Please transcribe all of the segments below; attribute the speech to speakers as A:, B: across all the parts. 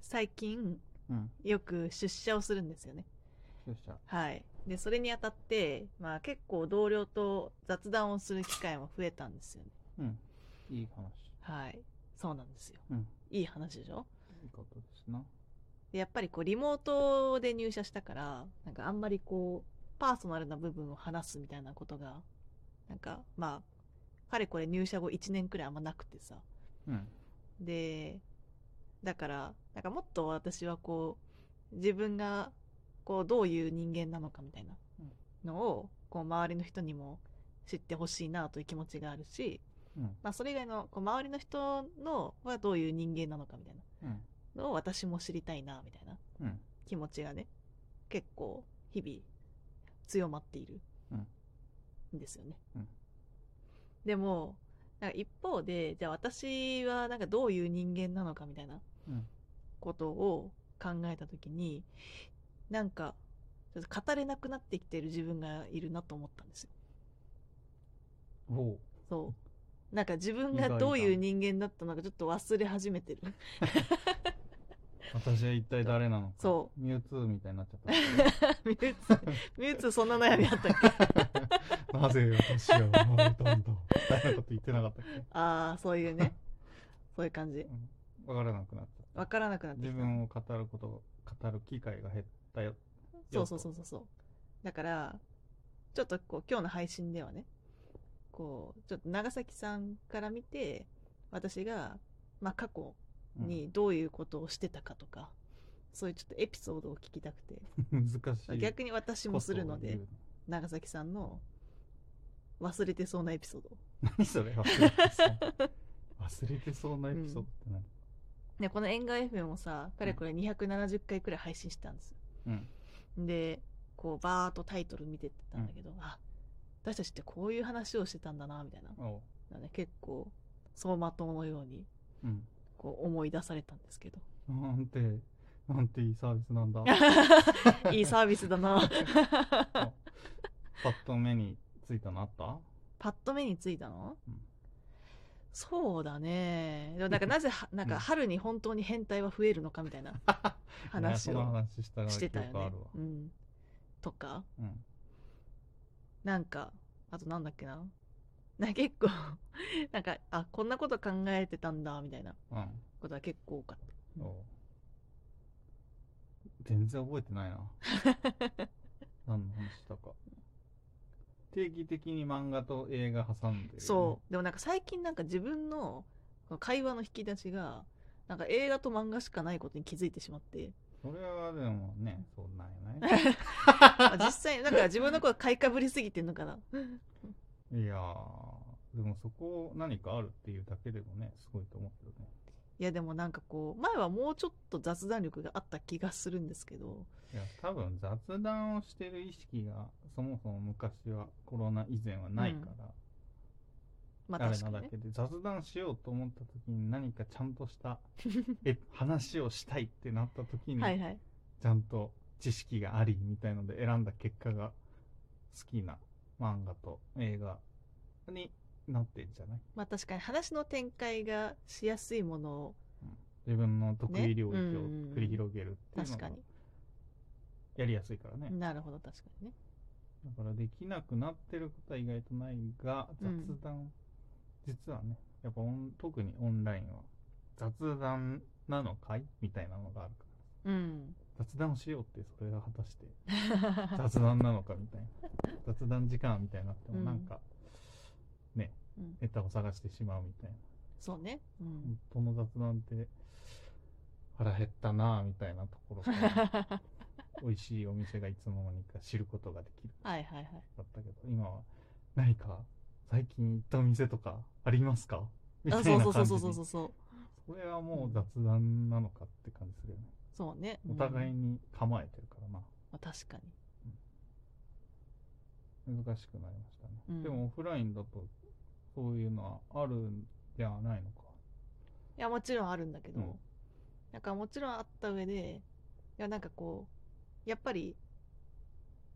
A: 最近
B: うん。
A: よく出社をするんですよね。
B: よっしゃ。
A: はい。で、それにあたって、まあ結構同僚と雑談をする機会も増えたんですよね。
B: うん。いい話。
A: はい。そうなんですよ。
B: うん。
A: いい話でしょ
B: いいことですな。
A: でやっぱりこうリモートで入社したから、なんかあんまりこう、パーソナルな部分を話すみたいなことが、なんかまあ、かれこれ入社後1年くらいあんまなくてさ。
B: うん。
A: で、だから、なんかもっと私はこう、自分が、こう、どういう人間なのかみたいなのを、こう、周りの人にも知ってほしいなという気持ちがあるし、
B: うん。
A: まあ、それ以外の、こう、周りの人の、はどういう人間なのかみたい
B: うん。
A: なのを私も知りたいな、みたいな
B: うん。
A: 気持ちがね、結構、日々、強まっている
B: うん。
A: んですよね。
B: うん
A: でも、なんか一方で、じゃあ私はなんかどういう人間なのかみたいな
B: うん。
A: ことを考えたときに、なんか、ちょっと語れなくなってきてる自分がいるなと思ったんですよ。
B: おう。
A: そう。なんか自分がどういう人間だったのかちょっと忘れ始めてる。
B: 私は一体誰な のか。。
A: そう
B: ミュウツーみたいになっちゃっ
A: ミュウツー、ミュウツーそんな悩みあったっけ
B: た。 なぜ私は生まれたんだ。みたいなこと言ってなかったっけ
A: ああ、そういうね。そういう感じ。
B: うん。わからなくなっちゃった。
A: わからなくなってき
B: 自
A: た。
B: 分を語ること、語る機会が減ったよ。
A: そうそうそうそうそう。だから、ちょっとこう今日の配信ではね、こう、ちょっと長崎さんから見て、私が、まあ過去
B: うん。
A: にどういうことをしてたかとか、そういうちょっとエピソードを聞きたくて、
B: 難しい。
A: 逆に私もするの
B: ことを
A: で
B: 言う、
A: 長崎さんの忘れてそうなエピソードを。
B: 何それ忘れてそう。 忘れてそうなエピソードって何
A: ね、この縁側 FM もさ、かれこれ270回くらい配信してたんですよ。
B: うん。
A: で、こうバーっとタイトル見てってたんだけど、あ、私たちってこういう話をしてたんだな、みたいな。
B: おう。
A: だね、結構、走馬灯のように、
B: うん。
A: こう思い出されたんです けど。
B: なんて、 なんていいサービ スなんだ。
A: いいサービスだな。
B: あパッと目についたのあった
A: パッと目についたの、
B: うん
A: そうだね。でもなんかなぜは、なんか春に本当に変態は増えるのかみたいな 話
B: ねその
A: を
B: 話したら
A: してたよ
B: 記憶あ
A: ね
B: るわ。
A: うん。とか、
B: うん。
A: なんか、あとなんだっけな。なんか結構、 なんか、あ、こんなこと考えてたんだ、みたいな
B: うん。
A: ことは結構多かった。うん
B: おう全然覚えてな いな。何の話したか。定期的に漫画と映画挟んでるよね、
A: そう。でもなんか最近なんか自分の会話の引き出しが、なんか映画と漫画しかないことに気づいてしまって、
B: それはでもね、そうなんよね。
A: あ実際なんか自分のこと買いかぶりすぎてんのかな。
B: いやー、でもそこを何かあるっていうだけでもね、すごいと思うけどね。
A: いやでもなんかこう、前はもうちょっと雑談力があった気がするんですけど、
B: いや、多分雑談をしてる意識が、そもそも昔はコロナ以前はないから、
A: まあ
B: あれ
A: 確か
B: な
A: にね。
B: だけで、雑談しようと思った時に何かちゃん とした、え、話をしたいってなった時に、
A: はいはい。
B: ちゃんと知識がありみたいので選んだ結果が、好きな漫画と映画になってんじゃない
A: まあ確かに話の展開がしやすいものを、
B: 自分の得意領域を
A: ねうんうんうん
B: 繰り広げるっていうの
A: 確か
B: が
A: に。
B: やりやすいからね。
A: なるほど確かにね。
B: だからできなくなってることは意外とないが、
A: う
B: 雑
A: ん
B: 談、実はね、やっぱオン特にオンラインは雑談なのかいみたいなのがあるか
A: うん。
B: ら。雑談をしようって、それが果 たして雑談なのかみたいな。雑談時間みたいになっても
A: うん
B: なんか、ね、
A: うん
B: ネタを探してしまうみたいな。
A: そうね。うん。
B: 本当の雑談って腹減ったなぁみたいなところ から、美味しいお店がいつの間にか知ることができる。
A: はいはいはい。
B: だったけど、今は何か最近行ったお店とかありますかみたい
A: あ
B: な
A: そ
B: 感
A: うそ
B: じで
A: うそうそうそうそう。
B: それはもう雑談なのかって感じするよね。
A: そうね。
B: お互い
A: うん
B: に構えてるからな。
A: まあ確かに。
B: 難しくなりましたね。
A: うん
B: でもオフラインだとそういうのはあるんじゃないのか。
A: いや、もちろんあるんだけど、
B: うん
A: なんかもちろんあった上で、いや、なんかこう、やっぱり、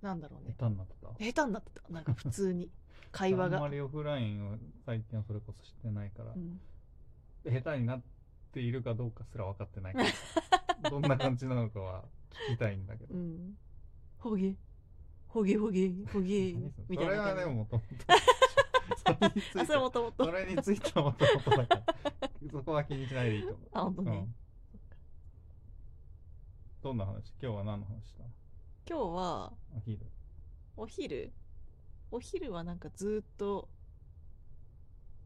A: なんだろうね。
B: 下手になってた
A: 下手になってた。なんか普通 に。会話
B: あん
A: が
B: ま。りオフラインを最近はそれこそしてないから
A: う、ん
B: 下手になっているかどうかすら分かってないか ら。どんな感じなのかは聞きたいんだけど
A: う。ん。ほげ、ほげほげ、ほげ
B: 何そ、
A: みた
B: れ
A: い
B: それ
A: な
B: は
A: 感
B: ね、
A: じ。
B: もともと。それについて
A: あ、それもとも
B: そ
A: と。
B: れについてはもともとだから。 そこは気にしないでいいと思う。
A: あ、ほんと
B: う
A: ね
B: ん。どんな話今日は何の話したの
A: 今日は、
B: お昼。
A: お昼お昼はなんかずーっと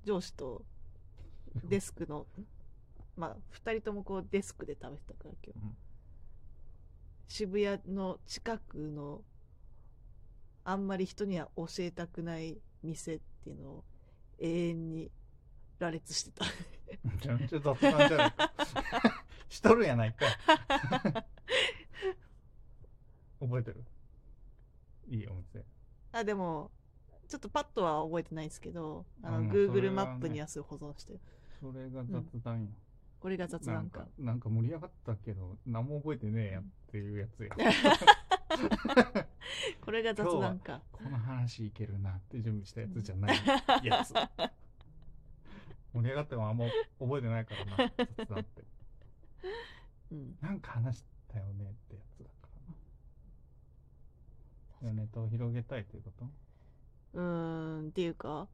A: 上司とデスクのまあ2人ともこうデスクで食べてたから今日、
B: うん
A: 渋谷の近くのあんまり人には教えたくない店っていうのを永遠に羅列して た
B: めちゃめちゃ雑談じゃない か。しとるやないか。 覚えてるいいお店。
A: あでもちょっとパッとは覚えてないですけどあ
B: あ
A: の
B: もうそれ
A: Google マ
B: はね
A: ップにはすぐ保存してる、
B: それが雑談よ。
A: これが雑
B: な
A: 談
B: ん
A: か
B: か、なんか盛り上がったけど、何も覚えてねえやっていうやつや。
A: これが雑談か
B: この話いけるなって準備したやつじゃない やつ。盛り上がってもあんま覚えてないからな、雑談って。
A: うん
B: なんか話したよねってやつだからな。ネタを広げたいということ
A: うーんっていうか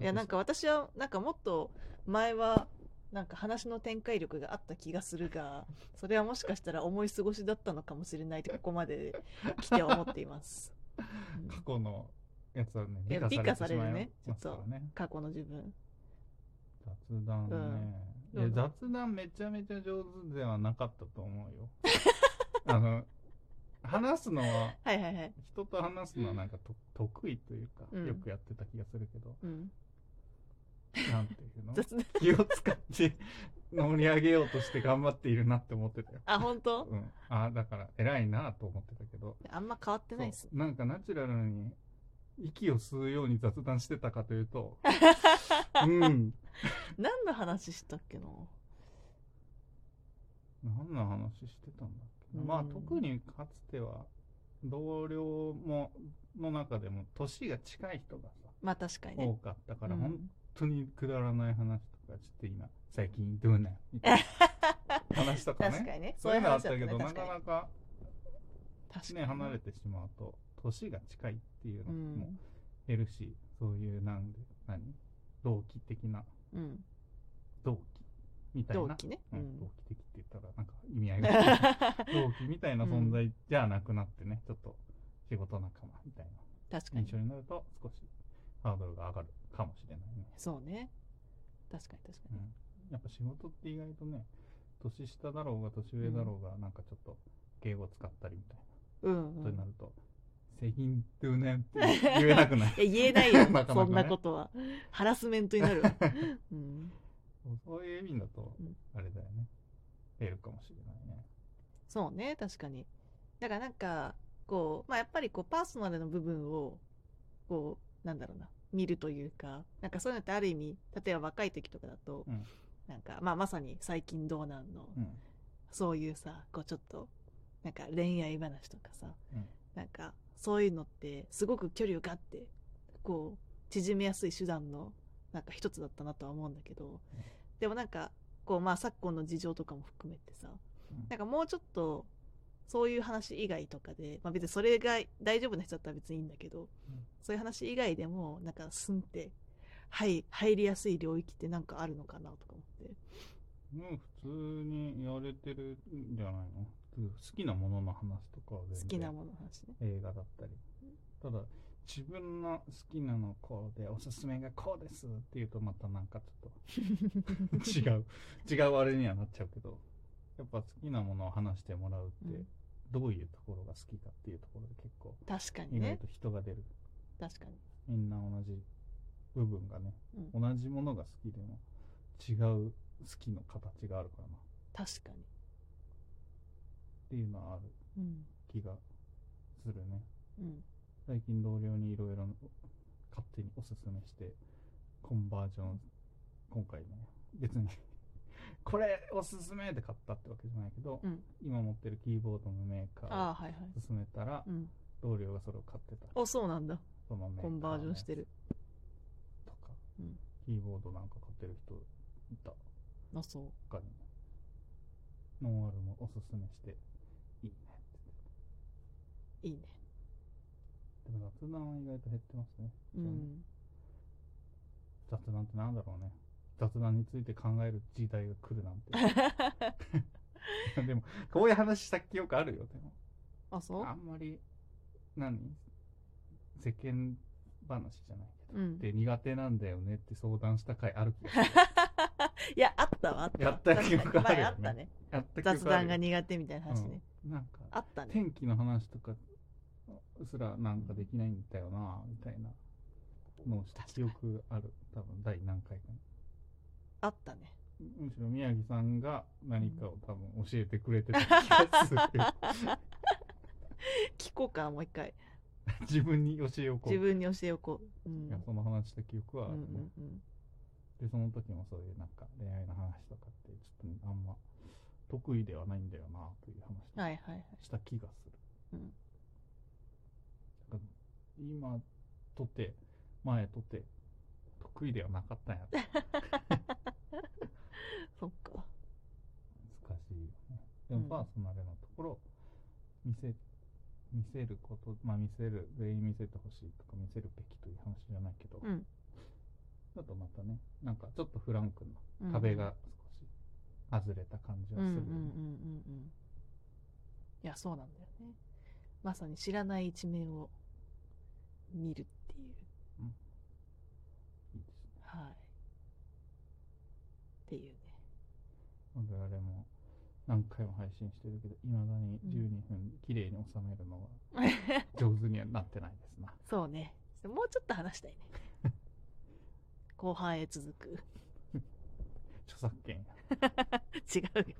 A: いやなんか私はなんかもっと前はなんか話の展開力があった気がするがそれはもしかしたら思い過ごしだったのかもしれないってここまで来ては思ってい ます、うん
B: 過去のやつはね、
A: いや美化されるね
B: 美化されてしまいますからね。
A: 過去の自分
B: 雑談ね、
A: うん
B: いや
A: どうぞ
B: 雑談めちゃめちゃ上手ではなかったと思うよ あの話すのは
A: はいはいはい
B: 人と話すのはなんかと得意というか、
A: うん
B: よくやってた気がするけど
A: うん
B: なんていうの
A: 雑談
B: 気を使って乗り上げようとして頑張っているなって思ってたよ、
A: あ本当
B: うん、あだから偉いなと思ってたけど
A: あんま変わってないっす
B: そうなんかナチュラルに息を吸うように雑談してたかとい うとうん
A: 何の話したっけな
B: 何の話してたんだっけな、
A: うん
B: まあ特にかつては同僚もの中でも年が近い人がさ
A: まあ確かにね
B: 多かったから
A: うん
B: 本当にくだらない話とかして今最近どうなんみたいな話とかね
A: 確かにね
B: そういうのあったけど
A: そういう
B: な
A: 話だ
B: か
A: ったね
B: なか
A: 確か
B: ね
A: に
B: 離れてしまうと年が近いっていう
A: う
B: のも
A: ん
B: 減るし、そういうなんで何同期的な
A: うん
B: 同期みたい
A: 同
B: な
A: 期ね
B: う
A: うんん
B: 同期的って言ったらなんか意味合 いが違う同期みたいな存在じゃなくなってね、ちょっと仕事仲間みたい
A: 確か
B: な
A: に
B: 印象になると少しハードルが上がるかもしれないね、
A: そうね確かに確か
B: う
A: に、
B: ん、やっぱ仕事って意外とね年下だろうが年上だろうがなんかちょっと敬語使ったりみたい
A: うんう
B: なこと
A: ん
B: になると「責任っていうね ん」って言えなくない
A: いや言えないよ
B: なかなかね
A: そんなことはハラスメントになるわ、 うん、
B: そうそういう意味だと
A: うん
B: あれだよね出るかもしれないね
A: そうね確かにだからなんかこうまあやっぱりこうパーソナルの部分をこうなんだろうな見るというかなんかそういうのってある意味例えば若い時とかだと、
B: うん
A: なんか、まあ、まさに最近どうなんの、
B: うん
A: そういうさこうちょっとなんか恋愛話とかさ、
B: うん
A: なんかそういうのってすごく距離をガッてこう縮めやすい手段のなんか一つだったなとは思うんだけど、でもなんかこうまあ昨今の事情とかも含めてさ、
B: うん
A: なんかもうちょっとそういう話以外とかで、まあ、別にそれが大丈夫な人だったら別にいいんだけど、そういう話以外でもなんかすんって、はい、入りやすい領域ってなんかあるのかなとか思って。
B: もう普通にやれてるんじゃないの普通好きなものの話とかは全然
A: 好きなものの話 ね。
B: 映画だったりただ自分の好きなのこうでおすすめがこうですっていうとまたなんかちょっと違う違うあれにはなっちゃうけどやっぱ好きなものを話してもらうって、
A: うん
B: どういうところが好きかっていうところで結構
A: 確かに
B: 意外
A: ね。
B: と人が出る、
A: 確かに。
B: みんな同じ部分がね
A: うん、
B: 同じものが好きでも違う好きの形があるからなっ
A: 確かに。
B: ていうのはある
A: うん。
B: 気がするね
A: うん。
B: 最近同僚にいろいろ勝手におすすめしてコンバージョン今回ね別にこれおすすめで買ったってわけじゃないけど、
A: うん
B: 今持ってるキーボードのメーカー
A: あ
B: を
A: あ、はいはい。
B: 勧めたら
A: うん。
B: 同僚がそれを買ってた
A: お、そうなんだ。
B: そのメーカ
A: コ
B: ーの
A: ンバージョンしてる。
B: とか、
A: うん
B: キーボードなんか買ってる人いた
A: あ、そう。
B: 他にノンアルもおすすめして、いいねって
A: いいね
B: 言って。でも雑談は意外と減ってますね。
A: う
B: そうね
A: ん
B: 雑談ってなんだろうね雑談について考える時代が来る なんてでもこういう話した記憶あるよで
A: あそ
B: もあんまり何世間話じゃないけ
A: う、うん
B: ど、で苦手なんだよねって相談した回ある気がする
A: いやあったわあったわ
B: やった記憶あるよ
A: 前あ
B: ね
A: ったね
B: やった記憶あるよ
A: 雑談が苦手みたいな話ね、
B: うんなんか
A: あったね
B: 天気の話とかすらなんかできないんだよなみたいなのをした記憶ある多分第何回かに
A: あったね
B: むしろ宮城さんが何かを多分教えてくれてた気がする
A: 聞こうかもう一回
B: 自分に教えをこう
A: 自分に教えをこう、うん
B: いやその話した記憶
A: う
B: はあ
A: んう
B: るね、
A: んうん、
B: でその時もそういうなんか恋愛の話とかってちょっとあんま得意ではないんだよなという
A: は
B: 話を
A: いはいはい
B: した気がする、
A: うん
B: なんか今とて前とて得意ではなかったんやろ
A: そっか
B: 難しいよねでも
A: うん
B: パーソナルのところ見せ見せることまあ見せる全員見せてほしいとか見せるべきという話じゃないけど、
A: うん
B: ちょっとまたねなんかちょっとフランク
A: うん
B: な壁が少し外れた感じ
A: う
B: は
A: ん
B: す
A: うんう
B: る
A: ん
B: よ
A: う
B: ね、
A: んうんいやそうなんだよねまさに知らない一面を見るっていう
B: いいですね
A: はいっていうね
B: 我々も何回も配信してるけどいまだに12分綺麗に収めるのは上手にはなってないですな
A: そうねもうちょっと話 したいね後半へ続く
B: 著作権
A: 違うよ